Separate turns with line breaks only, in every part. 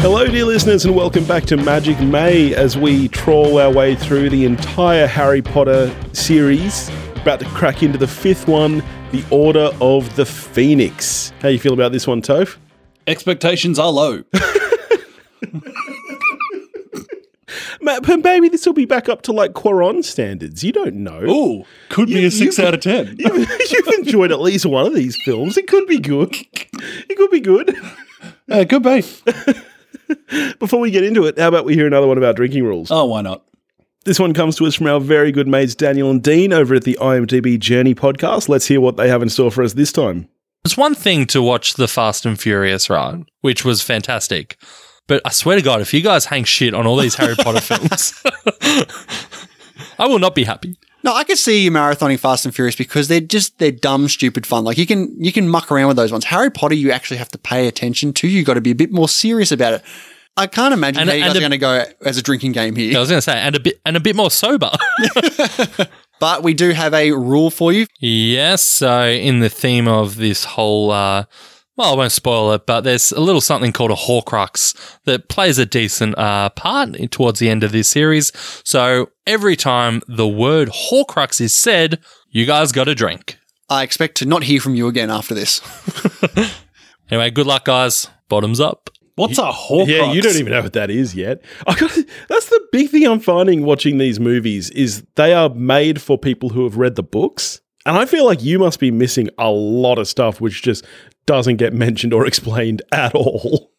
Hello, dear listeners, and welcome back to Magic May as we trawl our way through the entire Harry Potter series. About to crack into the fifth one, The Order of the Phoenix. How you feel about this one, Toph?
Expectations are low.
Ma- but maybe this will be back up to like Quran standards. You don't know.
Ooh, could be
You-
a six
you-
out of ten.
You've, you've enjoyed at least one of these films. It could be good. It could be good.
Uh, could be.
Before we get into it, how about we hear another one about drinking rules?
Oh, why not?
This one comes to us from our very good mates Daniel and Dean over at the IMDb Journey podcast. Let's hear what they have in store for us this time.
It's one thing to watch the Fast and Furious run, which was fantastic. But I swear to God, if you guys hang shit on all these Harry Potter films, I will not be happy.
No, I could see you marathoning Fast and Furious because they're just they're dumb, stupid fun. Like you can you can muck around with those ones. Harry Potter, you actually have to pay attention to. You got to be a bit more serious about it. I can't imagine
And-
how you
and
guys
the-
are going to go as a drinking game here.
I was going to say, and a bit, and a bit more sober.
But we do have a rule for you.
yes. So, in the theme of this whole, uh, well, I won't spoil it, but there's a little something called a Horcrux that plays a decent uh, part towards the end of this series. So, every time the word Horcrux is said, you guys got a drink.
I expect to not hear from you again after this.
Anyway, good luck, guys. Bottoms up.
What's a Horcrux?
Yeah, you don't even know what that is yet. I got, that's the big thing I'm finding watching these movies is they are made for people who have read the books. And I feel like you must be missing a lot of stuff which just doesn't get mentioned or explained at all.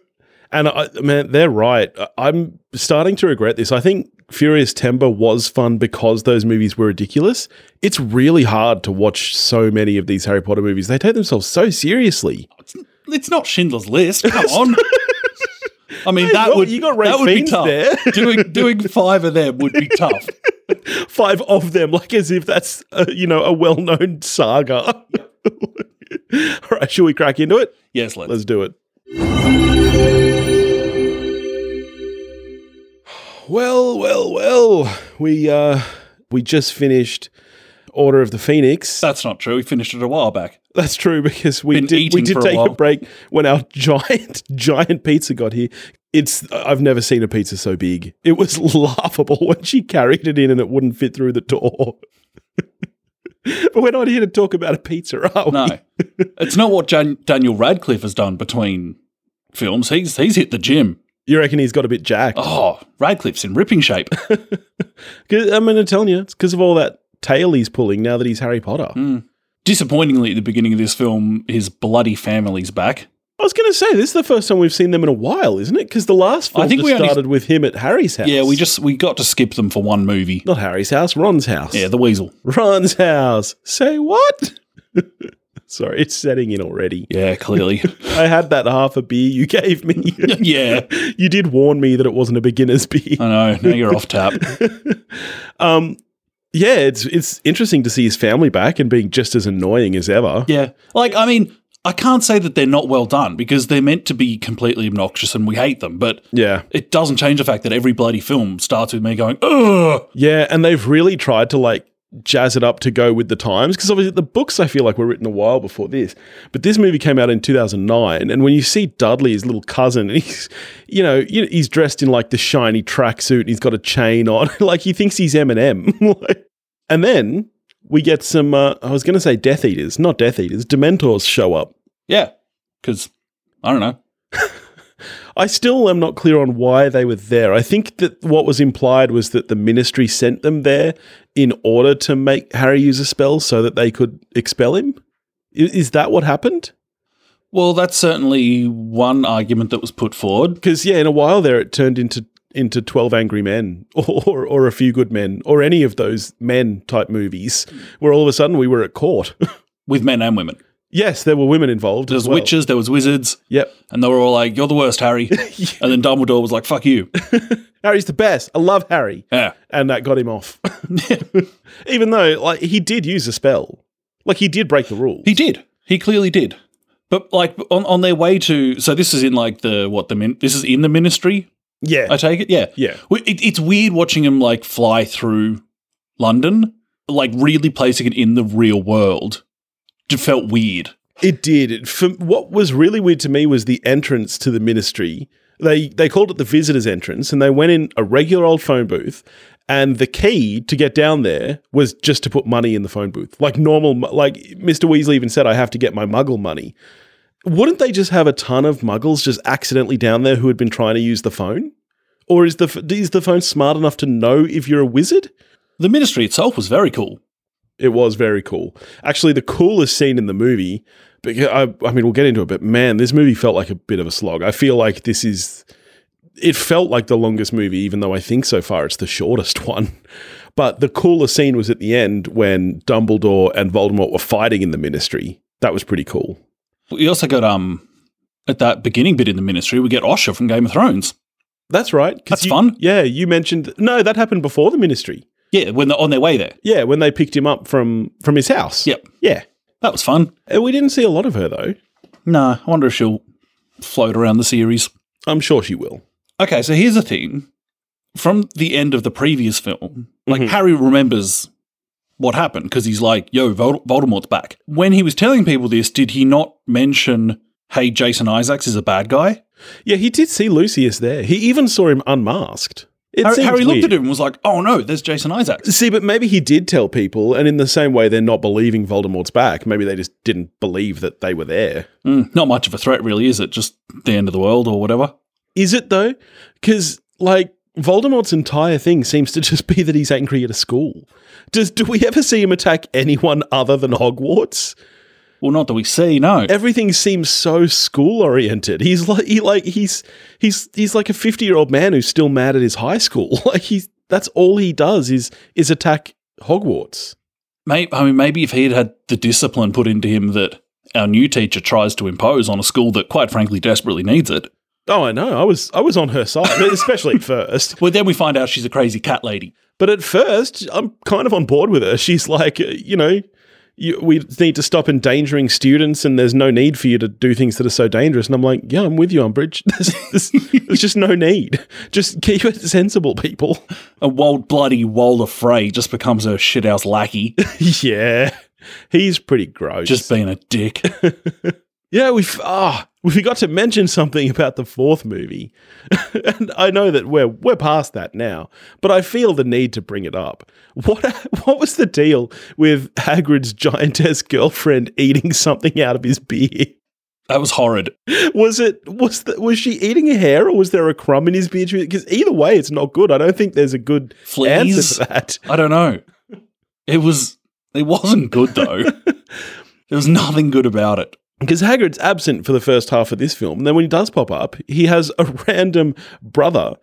and I, man, they're right. I- I'm starting to regret this. I think Furious Temper was fun because those movies were ridiculous. It's really hard to watch so many of these Harry Potter movies. They take themselves so seriously.
It's not Schindler's List. Come on. I mean,
Hey,
that
well,
would
you got Ray
that would be
Fiennes
tough.
there.
doing doing five of them would be tough.
five of them, like as if that's uh, you know a well-known saga. All right, shall we crack into it?
Yes, let's.
Let's do it. Well, well, well. We uh we just finished Order of the Phoenix.
That's not true. We finished it a while back.
That's true because we
Been
did we
eating
did
for a
take a,
while.
break when our giant giant pizza got here. It's I've never seen a pizza so big. It was laughable when she carried it in and it wouldn't fit through the door. but we're not here to talk about a pizza, are we?
No, it's not what Jan- Daniel Radcliffe has done between films. He's he's hit the gym.
You reckon he's got a bit jacked?
Oh, Radcliffe's in ripping shape.
'Cause- I mean, I'm telling you, it's because of all that tail he's pulling now that he's Harry Potter.
Mm. Disappointingly, at the beginning of this film, his bloody family's back.
I was going to say this is the first time we've seen them in a while, isn't it? Because the last
I
film
think
just
we only-
started with him at Harry's house.
Yeah, we just we got to skip them for one movie.
not Harry's house, Ron's house.
Yeah, the weasel.
Ron's house. Say what? Sorry, it's setting in already.
Yeah, clearly.
I had that half a beer you gave me.
yeah,
you did warn me that it wasn't a beginner's beer.
I know. Now you're off tap.
Um, yeah, it's it's interesting to see his family back and being just as annoying as ever.
Yeah, like I mean, I can't say that they're not well done because they're meant to be completely obnoxious and we hate them, but
Yeah.
it doesn't change the fact that every bloody film starts with me going, "Ugh."
Yeah, and they've really tried to like jazz it up to go with the times because obviously the books I feel like were written a while before this. But this movie came out in 2009 and when you see Dudley his little cousin and he's you know, you- he's dressed in like the shiny tracksuit and he's got a chain on like he thinks he's Eminem. Like- and then we get some uh, I was going to say Death Eaters, not Death Eaters, Dementors show up.
Yeah, because I don't know.
I still am not clear on why they were there. I think that what was implied was that the ministry sent them there in order to make Harry use a spell so that they could expel him. I- Is that what happened?
Well, that's certainly one argument that was put forward.
Because yeah, in a while there, it turned into into Twelve Angry Men or, or or a Few Good Men or any of those men type movies where all of a sudden we were at court.
With men and women.
yes, there were women involved.
There was
as well.
witches, there was wizards,
Yep,
and they were all like, You're the worst, Harry. And then Dumbledore was like, Fuck you.
Harry's the best. I love Harry.
Yeah.
and that got him off. Even though, like, he did use a spell. Like, he did break the rule.
He did. He clearly did. But like on, on their way to so this is in like the what the min this is in the ministry,
yeah.
I take it? Yeah.
yeah.
We- It, it's weird watching him like fly through London, like really placing it in the real world, felt weird.
It did. It- For, what was really weird to me was the entrance to the ministry. They they called it the visitors' entrance, and they went in a regular old phone booth. And the key to get down there was just to put money in the phone booth, like normal. mo- Like Mr. Weasley even said, "I have to get my Muggle money." Wouldn't they just have a ton of Muggles just accidentally down there who had been trying to use the phone? Or is the f- is the phone smart enough to know if you're a wizard?
The ministry itself was very cool.
It was very cool. Actually, the coolest scene in the movie, but I, I mean, we'll get into it, but man, this movie felt like a bit of a slog. I feel like this is, it felt like the longest movie, even though I think so far it's the shortest one. But the coolest scene was at the end when Dumbledore and Voldemort were fighting in the ministry. That was pretty cool.
We also got um at that beginning bit in the ministry, we get Osha from Game of Thrones.
That's right. 'cause
That's
you-
fun.
Yeah, you mentioned, no, that happened before the ministry.
Yeah, when they're on their way there.
Yeah, when they picked him up from from his house.
Yep.
Yeah.
That was fun.
And we didn't see a lot of her, though.
Nah, I wonder if she'll float around the series.
I'm sure she will.
Okay, so here's the thing. From the end of the previous film, like
Mhm.
Harry remembers what happened because he's like, yo, Vol- Voldemort's back. When he was telling people this, did he not mention, hey, Jason Isaacs is a bad guy?
Yeah, he did see Lucius there. He even saw him unmasked. It
Harry,
seems
Harry looked
weird.
at him and was like, oh no, there's Jason Isaacs.
See, but maybe he did tell people, and in the same way, they're not believing Voldemort's back. Maybe they just didn't believe that they were there.
Mm, not much of a threat, really, is it? Just the end of the world or whatever.
Is it though? Because like Voldemort's entire thing seems to just be that he's angry at a school. Does do we ever see him attack anyone other than Hogwarts?
Well, not that we see, no.
Everything seems so school oriented. He's like he like he's he's he's like a fifty year old man who's still mad at his high school. Like he's that's all he does is is attack Hogwarts.
Maybe, I mean, maybe if he had had the discipline put into him that our new teacher tries to impose on a school that, quite frankly, desperately needs it.
Oh, I know. I was I was on her side, especially at first.
Well, then we find out she's a crazy cat lady.
But at first, I'm kind of on board with her. She's like, uh, you know, you, we need to stop endangering students, and there's no need for you to do things that are so dangerous. And I'm like, yeah, I'm with you, Umbridge. There's, there's, there's just no need. Just keep it sensible, people.
And Wold Bloody Walder Frey just becomes her shithouse lackey,
yeah, he's pretty gross.
just being a dick.
Yeah, we f- ah we forgot to mention something about the fourth movie, and I know that we're we're past that now, but I feel the need to bring it up. What what was the deal with Hagrid's giantess girlfriend eating something out of his beer?
That was horrid.
Was it was the, was she eating a hair or was there a crumb in his beer? Because either way, it's not good. I don't think there's a good answer
Fleas?
for that.
I don't know. It was. It wasn't good though. there was nothing good about it.
Because Hagrid's absent for the first half of this film, and then when he does pop up, he has a random brother,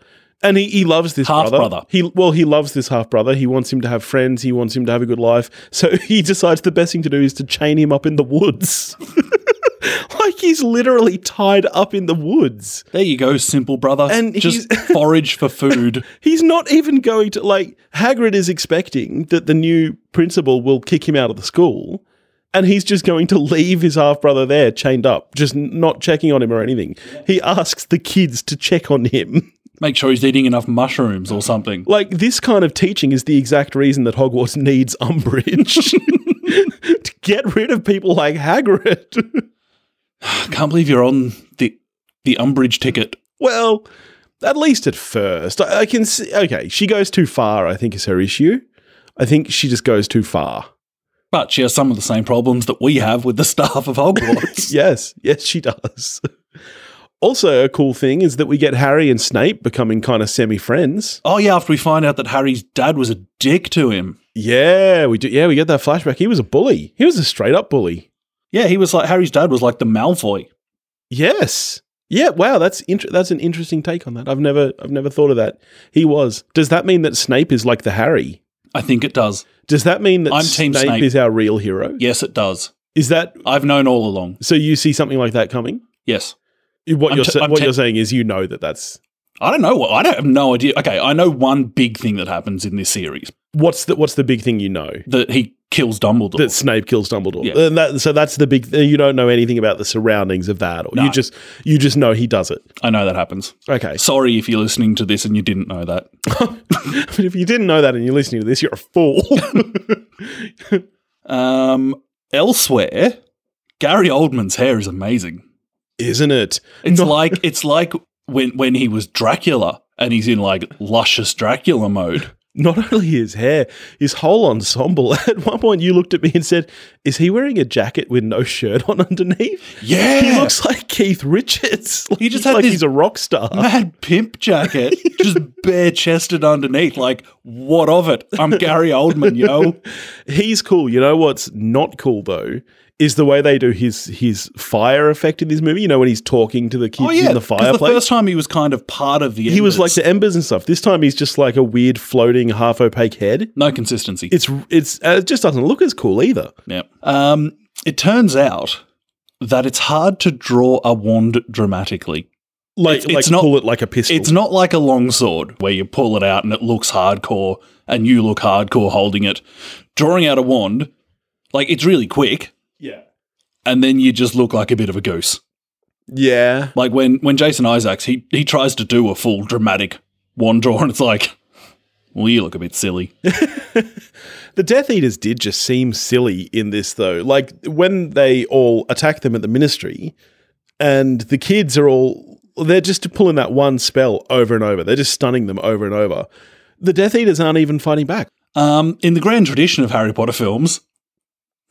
and he, he loves this
Half-brother.
He well, he loves this half brother. He wants him to have friends. He wants him to have a good life. So he decides the best thing to do is to chain him up in the woods, like he's literally tied up in the woods.
There you go, simple brother.
And
just forage for food.
He's not even going to like Hagrid is expecting that the new principal will kick him out of the school. And he's just going to leave his half brother there, chained up, just n- not checking on him or anything. He asks the kids to check on him.
Make sure he's eating enough mushrooms or something.
Like, this kind of teaching is the exact reason that Hogwarts needs umbrage to get rid of people like Hagrid.
I can't believe you're on the the umbrage ticket.
well, at least at first. I, I can see. Okay, she goes too far, I think is her issue. I think she just goes too far.
But she has some of the same problems that we have with the staff of Hogwarts.
Yes, yes, she does. Also, a cool thing is that we get Harry and Snape becoming kind of semi friends.
Oh yeah, after we find out that Harry's dad was a dick to him.
Yeah, we do. Yeah, we get that flashback. He was a bully. He was a straight up bully.
Yeah, he was like Harry's dad was like the Malfoy.
Yes. Yeah. Wow. That's inter- that's an interesting take on that. I've never I've never thought of that. He was. Does that mean that Snape is like the Harry?
I think it does.
Does that mean that
I'm
Snape,
Team Snape.
is our real hero?
Yes, it does.
Is that
I've known all along.
so? You see something like that coming?
Yes.
What
I'm
you're
t-
sa-
I'm
what
te-
you're saying is you know that that's
I don't know what I don't have no idea. Okay, I know one big thing that happens in this series
what's the what's the big thing you know?
that he kills Dumbledore.
that Snape kills Dumbledore.
Yeah.
And that, so that's the big. You don't know anything about the surroundings of that, or
No.
you just you just know he does it.
I know that happens.
Okay,
Sorry if you're listening to this and you didn't know that.
but if you didn't know that and you're listening to this, you're a fool.
Um, Elsewhere, Gary Oldman's hair is amazing.
isn't it?
It's
No.
like it's like when when he was Dracula and he's in like luscious Dracula mode.
Not only his hair, his whole ensemble. At one point, you looked at me and said, "Is he wearing a jacket with no shirt on underneath?"
Yeah.
He looks like Keith Richards.
He
He's
just had
like
this-
he's a rock star.
Mad pimp jacket, just bare chested underneath. Like, what of it? I'm Gary Oldman, yo.
He's cool. You know what's not cool though is the way they do his his fire effect in this movie. You know when he's talking to the kids
Oh yeah,
in the
'cause
fireplace.
first time he was kind of part of the.
he was like
embers.
the embers and stuff. This time he's just like a weird floating half opaque head.
no consistency.
It's it's uh, it just doesn't look as cool either.
Yeah. Um, it turns out that it's hard to draw a wand dramatically.
Like
It's-
like
it's not-
pull it like a pistol.
It's not like a longsword where you pull it out and it looks hardcore and you look hardcore holding it. Drawing out a wand, like it's really quick
yeah
and then you just look like a bit of a goose.
yeah.
Like when when Jason Isaacs he he tries to do a full dramatic wand draw and it's like well, you look a bit silly.
The Death Eaters did just seem silly in this though. Like when they all attack them at the ministry, and the kids are all they're just pulling that one spell over and over. They're just stunning them over and over. The Death Eaters aren't even fighting back.
Um, in the grand tradition of Harry Potter films,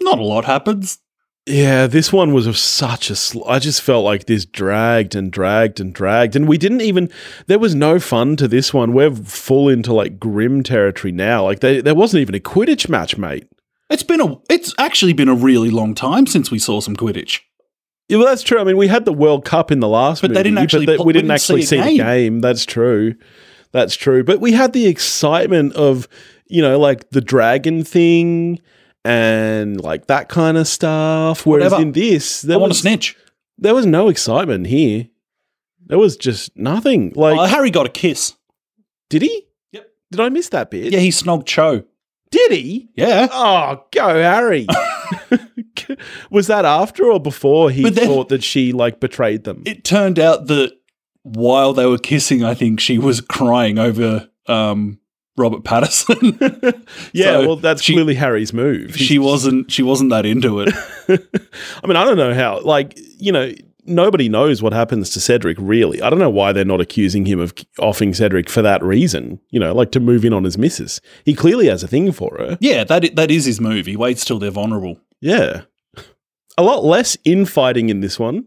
not a lot happens.
Yeah, this one was of such a. Sl- I just felt like this dragged and dragged and dragged, and we didn't even. There was no fun to this one. We're full into like grim territory now. Like they, there wasn't even a Quidditch match, mate.
It's been a it's actually been a really long time since we saw some Quidditch.
Yeah, well, that's true. I mean, we had the World Cup in the last,
But they
movie,
didn't actually
But
pl-
we didn't actually see,
a
the
game.
game. That's true. That's true. But we had the excitement of you know like the dragon thing and like that kind of stuff. Whereas
Whatever.
in this,
I
there
want
was
to snitch.
there was no excitement here. There was just nothing. Like,
Uh, Harry got a kiss.
did he?
Yep.
Did I miss that bit?
Yeah, he snogged Cho.
Did he?
Yeah.
Oh, go Harry. was that after or before he
But then-
thought that she like betrayed them?
It turned out that while they were kissing, I think she was crying over um, Robert Patterson.
yeah,
So
well, that's
she-
clearly Harry's move. He's-
she wasn't. She wasn't that into it.
I mean, I don't know how. Like, you know, nobody knows what happens to Cedric. Really, I don't know why they're not accusing him of offing Cedric for that reason. You know, like to move in on his missus. He clearly has a thing for her.
Yeah, that i- that is his move. He waits till they're vulnerable.
Yeah. A lot less infighting in this one.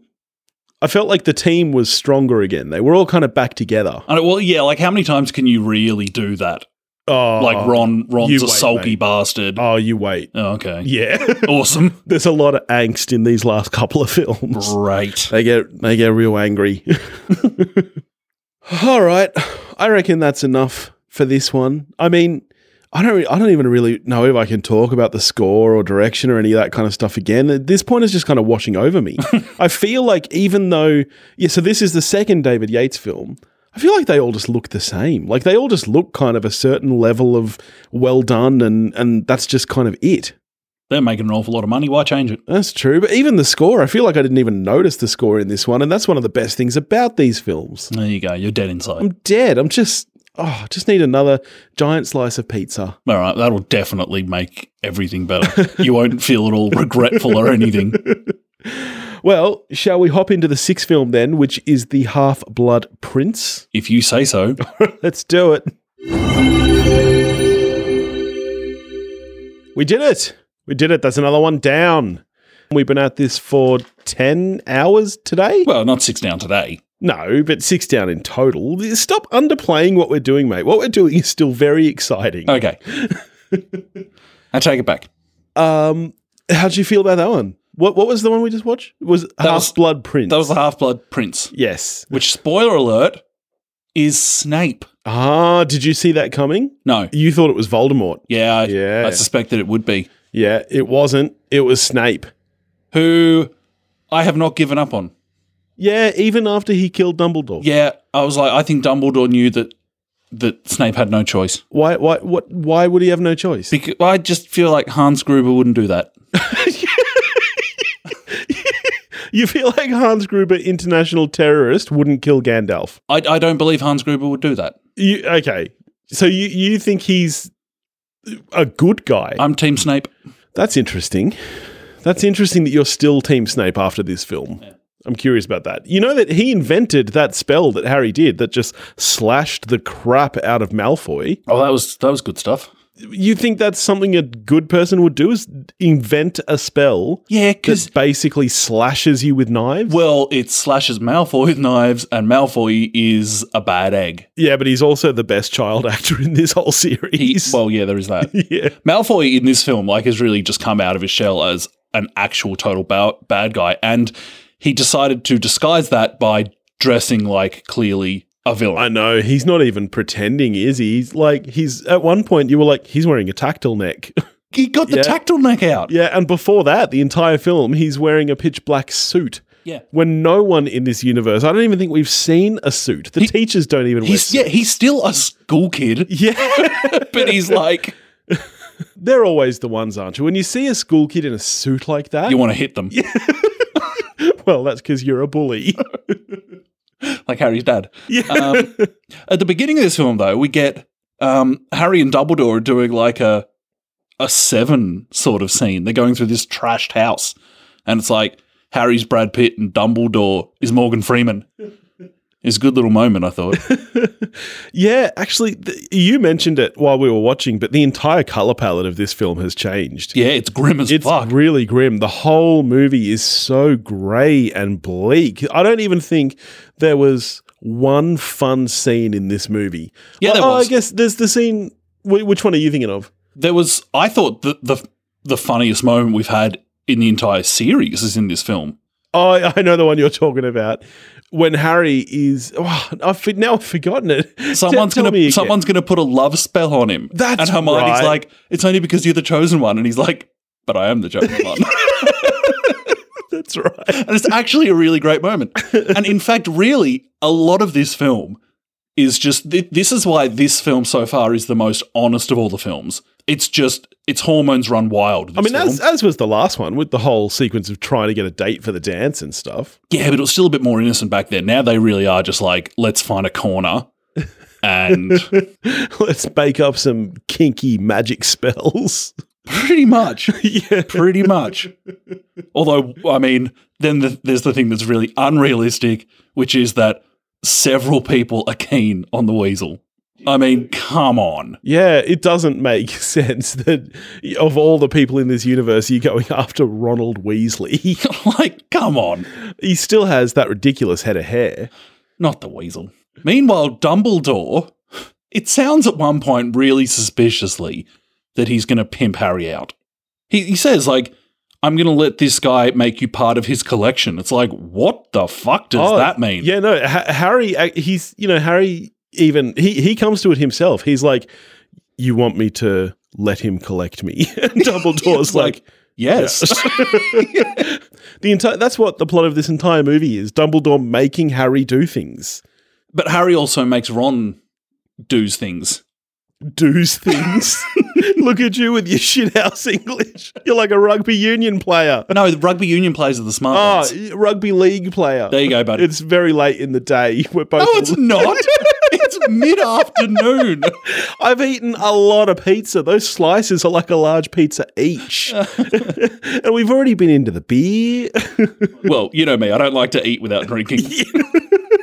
I felt like the team was stronger again. They were all kind of back together.
And well, yeah, like how many times can you really do that?
Oh,
like Ron, Ron's
you
a
wait,
sulky
mate.
bastard.
Oh, you wait.
Oh, okay,
Yeah.
awesome,
There's a lot of angst in these last couple of films.
great.
They get they get real angry. All right, I reckon that's enough for this one. I mean, I don't re- I don't even really know if I can talk about the score or direction or any of that kind of stuff again. At this point, it's just kind of washing over me. I feel like even though yeah, so this is the second David Yates film. I feel like they all just look the same. Like they all just look kind of a certain level of well done, and and that's just kind of it.
They're making an awful lot of money. Why change it?
That's true. But even the score, I feel like I didn't even notice the score in this one. And that's one of the best things about these films.
There you go. You're dead inside.
I'm dead. I'm just, oh, I just need another giant slice of pizza.
All right, that'll definitely make everything better. You won't feel at all regretful or anything.
Well, shall we hop into the sixth film then, which is The Half Blood Prince?
If you say so.
Let's do it. We did it. We did it. That's another one down. We've been at this for 10 hours today.
Well, not six down today.
No, but six down in total. Stop underplaying what we're doing, mate. What we're doing is still very exciting.
Okay. I take it back.
Um, how'd you feel about that one? What What was the one we just watched? It was
was-
Half Blood Prince?
That was the Half Blood Prince,
yes.
which, spoiler alert, is Snape.
Ah, did you see that coming?
No.
You thought it was Voldemort.
Yeah. I,
Yeah.
I suspected it would be.
Yeah, it wasn't. It was Snape.
Who I have not given up on.
Yeah, even after he killed Dumbledore.
Yeah. I was like, I think Dumbledore knew that that Snape had no choice.
Why? Why? What? Why would he have no choice?
Because I just feel like Hans Gruber wouldn't do that.
you feel like Hans Gruber, international terrorist, wouldn't kill Gandalf.
I, I don't believe Hans Gruber would do that.
You okay? So you you think he's a good guy?
I'm Team Snape.
That's interesting. That's interesting that you're still Team Snape after this film. I'm curious about that. You know that he invented that spell that Harry did that just slashed the crap out of Malfoy.
Oh, that was that was good stuff.
You think that's something a good person would do is invent a spell
Yeah, because
that basically slashes you with knives?
well, it slashes Malfoy with knives, and Malfoy is a bad egg.
yeah, but he's also the best child actor in this whole
He,
series.
well, yeah, there is that.
yeah.
Malfoy in this film, like, has really just come out of his shell as an actual total ba- bad guy, and he decided to disguise that by dressing like clearly a
I
villain.
know. He's not even pretending, is he? He's like, he's at one point, you were like, he's wearing a tactile neck.
He got the
Yeah.
tactile neck out.
yeah, and before that, the entire film, he's wearing a pitch black suit.
Yeah.
When no one in this universe, I don't even think we've seen a suit. The
He-
teachers don't even wear
He's
suits.
yeah, he's still a school kid,
Yeah.
but he's like,
They're always the ones, aren't you? When you see a school kid in a suit like that,
you want to hit them,
well, that's because you're a bully.
Uh, like Harry's dad.
yeah.
Um, at the beginning of this film, though, we get um, Harry and Dumbledore are doing like a a seven sort of scene. They're going through this trashed house, and it's like Harry's Brad Pitt and Dumbledore is Morgan Freeman. It's a good little moment, I thought.
Yeah, actually, th- you mentioned it while we were watching, but the entire color palette of this film has changed.
Yeah, it's grim as
It's
fuck.
really grim. The whole movie is so grey and bleak. I don't even think there was one fun scene in this movie.
Yeah, there
oh,
was.
I guess there's the scene. wh- Which one are you thinking of?
there was, I thought, the, the the funniest moment we've had in the entire series is in this film.
Oh, I I know the one you're talking about. When Harry is, oh, I've for- now I've forgotten it. T-
Someone's
tell
gonna
me again.
someone's gonna put a love spell on him.
That's
and Hermione's
right.
like, it's only because you're the chosen one, and he's like, but I am the chosen one.
That's right.
And it's actually a really great moment. And in fact, really, a lot of this film is just th- this is why this film so far is the most honest of all the films. It's just its hormones run wild.
I
this
mean,
film.
as, as was the last one with the whole sequence of trying to get a date for the dance and stuff.
yeah, but it was still a bit more innocent back then. Now they really are just like, let's find a corner and
Let's bake up some kinky magic spells.
pretty much,
yeah.
pretty much. Although, I mean, then the, there's the thing that's really unrealistic, which is that several people are keen on the weasel. I mean, come on.
Yeah, it doesn't make sense that of all the people in this universe, you're going after Ronald Weasley.
like, come on.
he still has that ridiculous head of hair.
Not the weasel. Meanwhile, Dumbledore, it sounds at one point really suspiciously that he's going to pimp Harry out. He, he says, like, I'm going to let this guy make you part of his collection. It's like, what the fuck does
Oh,
that mean?
Yeah, no, ha- Harry, uh, he's, you know, Harry even, he, he comes to it himself. He's like, you want me to let him collect me? And Dumbledore's
Like,
like,
Yes.
the entire, that's what the plot of this entire movie is. Dumbledore making Harry do things.
but Harry also makes Ron do's things.
Do's things. Look at you with your shithouse English. You're like a rugby union player.
But no, the rugby union players are the smart
Oh,
ones.
rugby league player.
There you go, buddy.
It's very late in the day. We're both.
no, it's not. it's mid afternoon.
I've eaten a lot of pizza. Those slices are like a large pizza each. and we've already been into the beer.
well, you know me, I don't like to eat without drinking.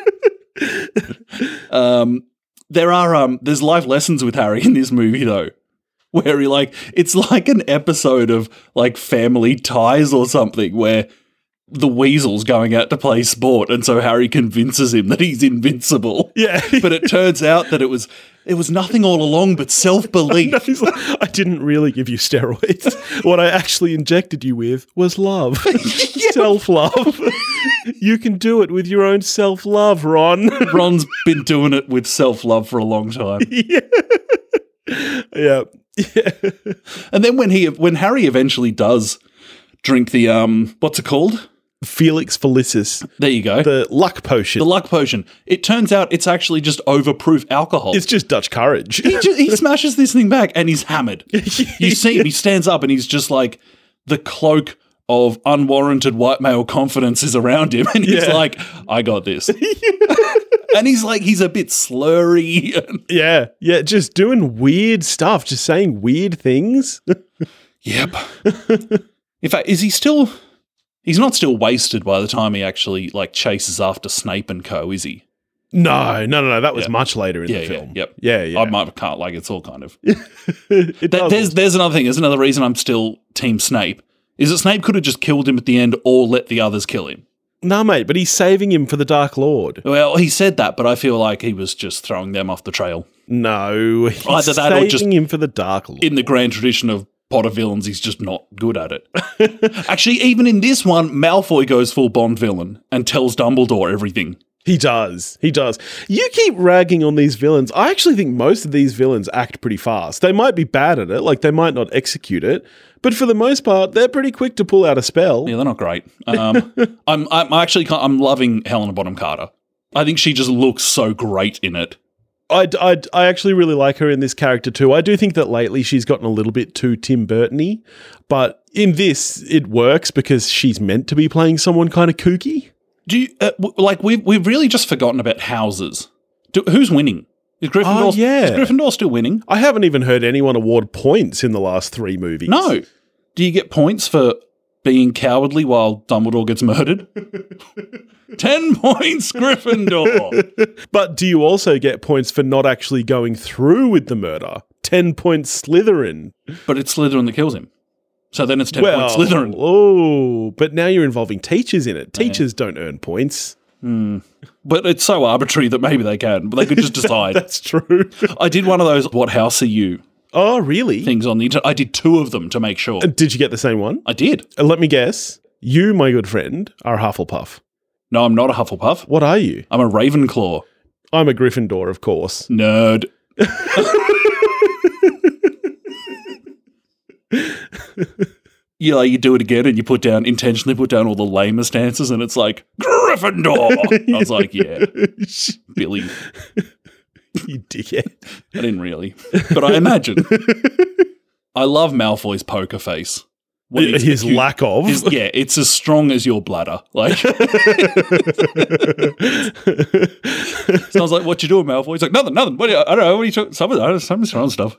um, there are um, there's life lessons with Harry in this movie though, where he like it's like an episode of like Family Ties or something where the weasel's going out to play sport, and so Harry convinces him that he's invincible.
Yeah.
but it turns out that it was it was nothing all along but self belief.
He's like, I didn't really give you steroids. What I actually injected you with was love, self love. you can do it with your own self love, Ron.
Ron's been doing it with self love for a long time.
yeah. yeah. Yeah.
And then when he when Harry eventually does drink the um what's it called?
Felix Felicis,
There you go. The,
the luck potion.
luck potion. It turns out it's actually just overproof alcohol.
it's just Dutch courage.
he, ju- he smashes this thing back and he's hammered. You see him, he stands up and he's just like the cloak of unwarranted white male confidence is around him and he's
Yeah.
like, I got this. and he's like he's a bit slurry and
Yeah, yeah, just doing weird stuff, just saying weird things.
Yep. In fact, is he still? He's not still wasted by the time he actually like chases after Snape and Co. Is he?
No, no, no, no. That was
Yeah.
much later in
Yeah,
the
yeah,
film.
yep.
Yeah, yeah.
I might can't like it's all kind of.
It
Th-
does-
there's there's another thing. There's another reason I'm still Team Snape. Is that Snape could have just killed him at the end or let the others kill him.
no, mate, but he's saving him for the Dark Lord.
Well, he said that, but I feel like he was just throwing them off the trail.
No, he's
Either that or
saving
just-
him for the Dark Lord.
In the grand tradition of Potter villains, he's just not good at it. Actually, even in this one, Malfoy goes full Bond villain and tells Dumbledore everything.
he does. He does. You keep ragging on these villains. I actually think most of these villains act pretty fast. They might be bad at it, like they might not execute it, but for the most part, they're pretty quick to pull out a spell.
Yeah, they're not great. Um, I'm, I'm actually ki- I'm loving Helena Bonham Carter. I think she just looks so great in it.
I, I, I actually really like her in this character too. I do think that lately she's gotten a little bit too Tim Burton-y, but in this it works because she's meant to be playing someone kind of kooky.
Do you uh, w- like we've we've really just forgotten about houses? Do, who's winning? Is Gryffindor?
Oh, yeah.
Is Gryffindor still winning?
I haven't even heard anyone award points in the last three movies.
No. Do you get points for being cowardly while Dumbledore gets murdered? Ten points, Gryffindor.
But do you also get points for not actually going through with the murder? 10 points Slytherin.
but it's Slytherin that kills him. So then it's ten
well,
points Slytherin.
Oh, but now you're involving teachers in it. Teachers don't earn points.
But it's so arbitrary that maybe they can. But they could just decide.
That's true.
I did one of those "What house are you?"
oh, really?
things on the internet. I did two of them to make sure.
Did you get the same one?
I did.
Uh, Let me guess. You, my good friend, are Hufflepuff.
No, I'm not a Hufflepuff.
What are you?
I'm a Ravenclaw
I'm a Gryffindor, of course.
nerd. you know, you do it again and you put down intentionally put down all the lamest answers and it's like Gryffindor. I was like, yeah, Billy.
you dickhead.
I didn't really, but I imagine. I love Malfoy's poker face. When he's
His
acute-
lack of.
his- yeah, it's as strong as your bladder. Like, So I was like, "What you doing, Malfoy?" He's like, "Nothing, nothing. What? do you- I don't know. What are you talking? Some, I don't know, some wrong stuff."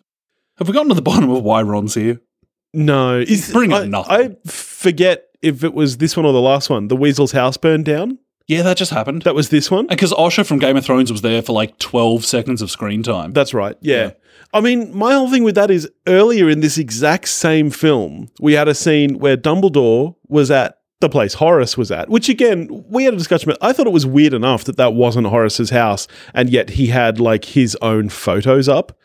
Have we gotten to the bottom of why Ron's here?
no. Is,
Bring up
I,
nothing.
I forget if it was this one or the last one. The Weasel's house burned down.
Yeah, that just happened.
That was this one.
Because Osha from Game of Thrones was there for like twelve seconds of screen time.
That's right. Yeah.
Yeah.
I mean, my whole thing with that is earlier in this exact same film, we had a scene where Dumbledore was at the place Horace was at, which again, we had a discussion about. I thought it was weird enough that that wasn't Horace's house, and yet he had like his own photos up.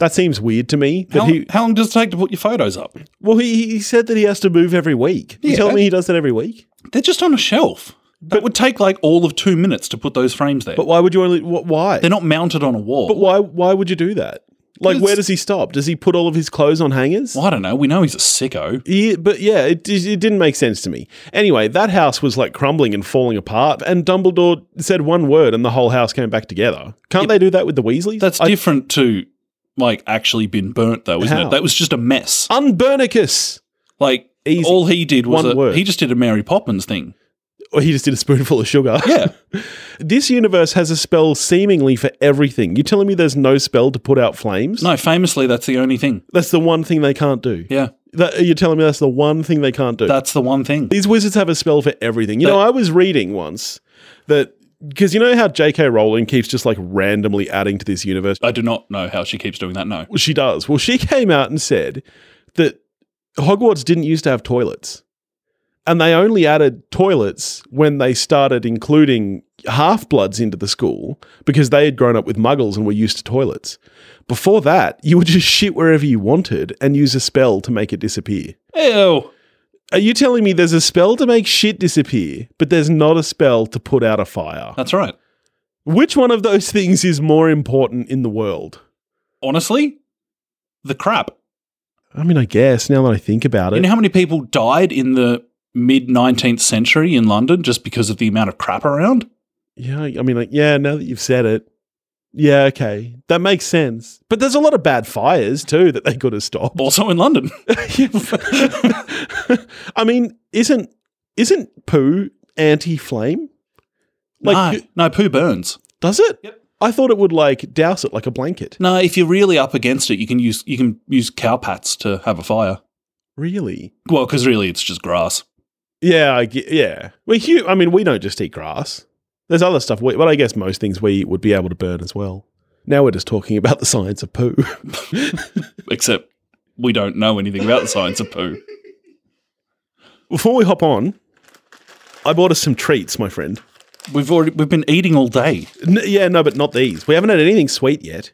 That seems weird to me. That
how,
he
how long does it take to put your photos up?
well, he, he said that he has to move every week. You
Yeah.
tell me he does that every week.
They're just on a shelf. it would take like all of two minutes to put those frames there.
But why would you only? Wh- why?
They're not mounted on a wall.
but why? Why would you do that? Like, where does
Because-
he stop? Does he put all of his clothes on hangers?
Well, I don't know. We know he's a sicko.
Yeah, but yeah, it, it it didn't make sense to me. Anyway, that house was like crumbling and falling apart, and Dumbledore said one word, and the whole house came back together. Can't they do that with the Weasleys?
That's
I-
different to like actually been burnt though, isn't
How?
it? That was just a mess.
Unburnicus.
Like
Easy.
all he did was
One
a-
word.
he just did a Mary Poppins thing.
Or Oh, he just did a spoonful of sugar.
Yeah.
this universe has a spell seemingly for everything. You're telling me there's no spell to put out flames?
No, famously, that's the only thing.
That's the one thing they can't do.
Yeah,
That, you're telling me that's the one thing they can't do.
that's the one thing.
These wizards have a spell for everything. You know, I was reading once that because you know how J.K. Rowling keeps just like randomly adding to this universe.
I do not know how she keeps doing that. No,
Well, she does. Well, she came out and said that Hogwarts didn't used to have toilets. And they only added toilets when they started including half bloods into the school because they had grown up with muggles and were used to toilets. Before that, you would just shit wherever you wanted and use a spell to make it disappear.
ew.
Are you telling me there's a spell to make shit disappear, but there's not a spell to put out a fire?
That's right.
Which one of those things is more important in the world?
Honestly, the crap.
I mean, I guess now that I think about it.
You know how many people died in the mid nineteenth century in London just because of the amount of crap around?
Yeah, I mean, like, yeah, now that you've said it, yeah, okay, that makes sense. But there's a lot of bad fires too that they could have stopped.
Also in London.
I mean, isn't isn't poo anti-flame? Like,
no, no, poo burns.
does it?
Yep.
I thought it would like douse it like a blanket.
No, if you're really up against it, you can use you can use cow pats to have a fire.
Really?
Well, because really it's just grass.
Yeah, I ge- yeah. We hu- I mean, we don't just eat grass. There's other stuff, we- but I guess most things we eat would be able to burn as well. Now we're just talking about the science of poo.
Except we don't know anything about the science of poo.
Before we hop on, I bought us some treats, my friend.
We've already we've been eating all day.
N- yeah, no, but not these. We haven't had anything sweet yet.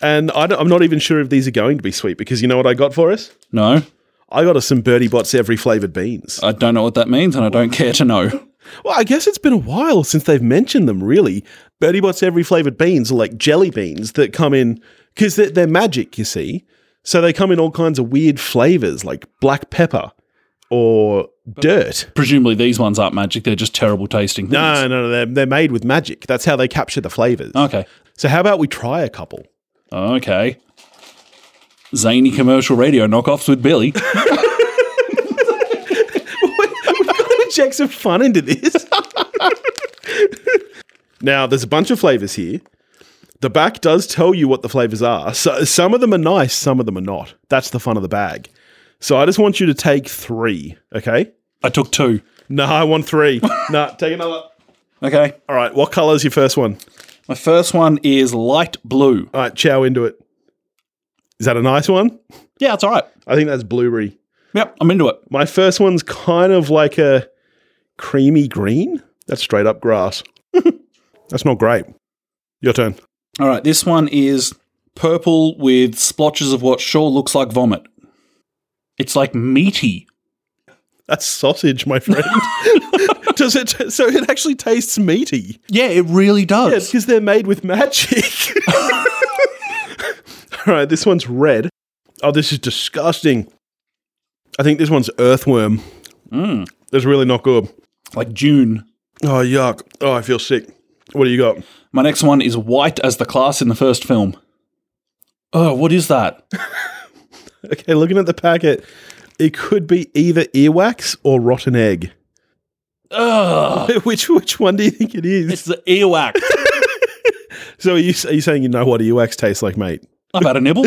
And I don't- I'm not even sure if these are going to be sweet because you know what I got for us?
No,
I got us some Birdie Bots every flavored beans.
I don't know what that means, and I don't care to know.
Well, I guess it's been a while since they've mentioned them, really. Birdie Bots every flavored beans are like jelly beans that come in because they're, they're magic, you see. So they come in all kinds of weird flavors like black pepper or dirt.
Presumably these ones aren't magic; they're just terrible tasting things.
No, no, no, they're, they're made with magic. That's how they capture the flavors.
Okay.
So, how about we try a couple?
Okay. Zany commercial radio knockoffs with Billy.
We've got to inject some fun into this. now, there's a bunch of flavors here. The back does tell you what the flavors are. So, some of them are nice, some of them are not. That's the fun of the bag. So I just want you to take three, okay?
I took two.
No, I want three. no, take another.
Okay.
All right, what color's your first one?
My first one is light blue.
All right, chow into it. Is that a nice one?
Yeah, it's all right.
I think that's blueberry.
Yep, I'm into it.
My first one's kind of like a creamy green. That's straight up grass. That's not great. Your turn.
All right, this one is purple with splotches of what sure looks like vomit. It's like meaty.
That's sausage, my friend. Does it? So it actually tastes meaty.
Yeah, it really
Yes,
does.
because they're made with magic. All right, this one's red. Oh, this is disgusting. I think this one's earthworm.
Mm,
It's really not good.
like June.
Oh yuck. Oh, I feel sick. What do you got?
My next one is white as the class in the first film. Oh, what is that?
Okay, looking at the packet, it could be either earwax or rotten egg.
Ugh,
which which one do you think it is?
it's the earwax.
So are you are you saying you know what earwax tastes like, mate?
I've had a nibble.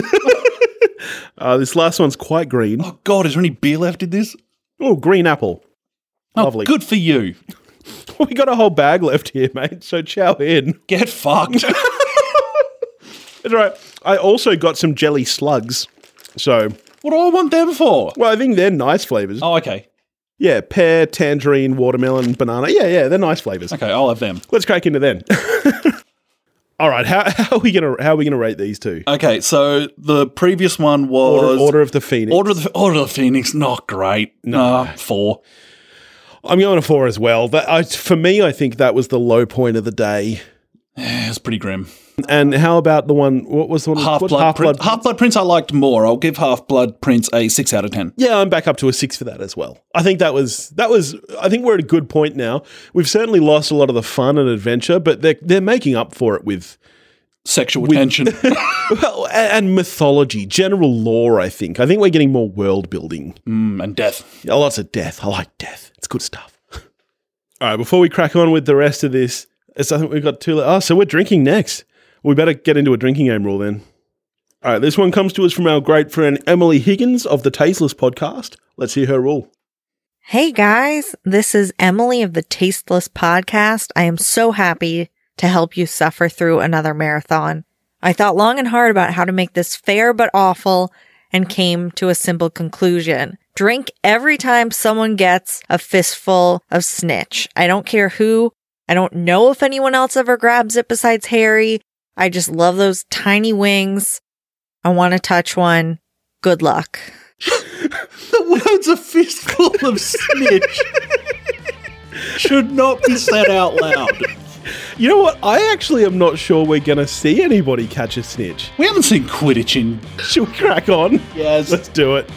Uh, this last one's quite green.
Oh God, is there any beer left in this?
Oh, green apple.
Oh,
Lovely.
Good for you.
We got a whole bag left here, mate. So chow in.
Get fucked.
That's right. I also got some jelly slugs. So,
what do I want them for?
well, I think they're nice flavors.
Oh, okay.
Yeah, pear, tangerine, watermelon, banana. Yeah, yeah, they're nice flavors.
Okay, I'll have them.
Let's crack into them. All right, how, how are we gonna how are we gonna rate these two?
Okay, so the previous one was
Order, Order of the Phoenix.
Order of the Order of the Phoenix, not great. No, four.
I'm going to four as well. That I, for me, I think that was the low point of the day.
Yeah, it's pretty grim.
And how about the one? What was the one?
Half
what-
Blood Prince.
Half-Blood-
Half Blood Prince, I liked more. I'll give Half Blood Prince a six out of ten.
yeah, I'm back up to a six for that as well. I think that was that was. I think we're at a good point now. We've certainly lost a lot of the fun and adventure, but they're they're making up for it with
Sexual tension.
well, a- and mythology, general lore. I think. I think we're getting more world building.
Mm, and death.
Yeah, Oh, lots of death. I like death. It's good stuff. All right, before we crack on with the rest of this, it's, I think we've got two. le- Oh, so we're drinking next. We better get into a drinking game rule then. All right, this one comes to us from our great friend Emily Higgins of the Tasteless podcast. Let's hear her rule.
Hey guys, this is Emily of the Tasteless Podcast. I am so happy to help you suffer through another marathon. I thought long and hard about how to make this fair but awful and came to a simple conclusion. Drink every time someone gets a fistful of snitch. I don't care who. I don't know if anyone else ever grabs it besides Harry. I just love those tiny wings. I want to touch one. Good luck.
The words a fistful of snitch should not be said out loud.
You know what? I actually am not sure we're going to see anybody catch a snitch.
We haven't seen Quidditch in
Should we crack on?
years.
Let's do it.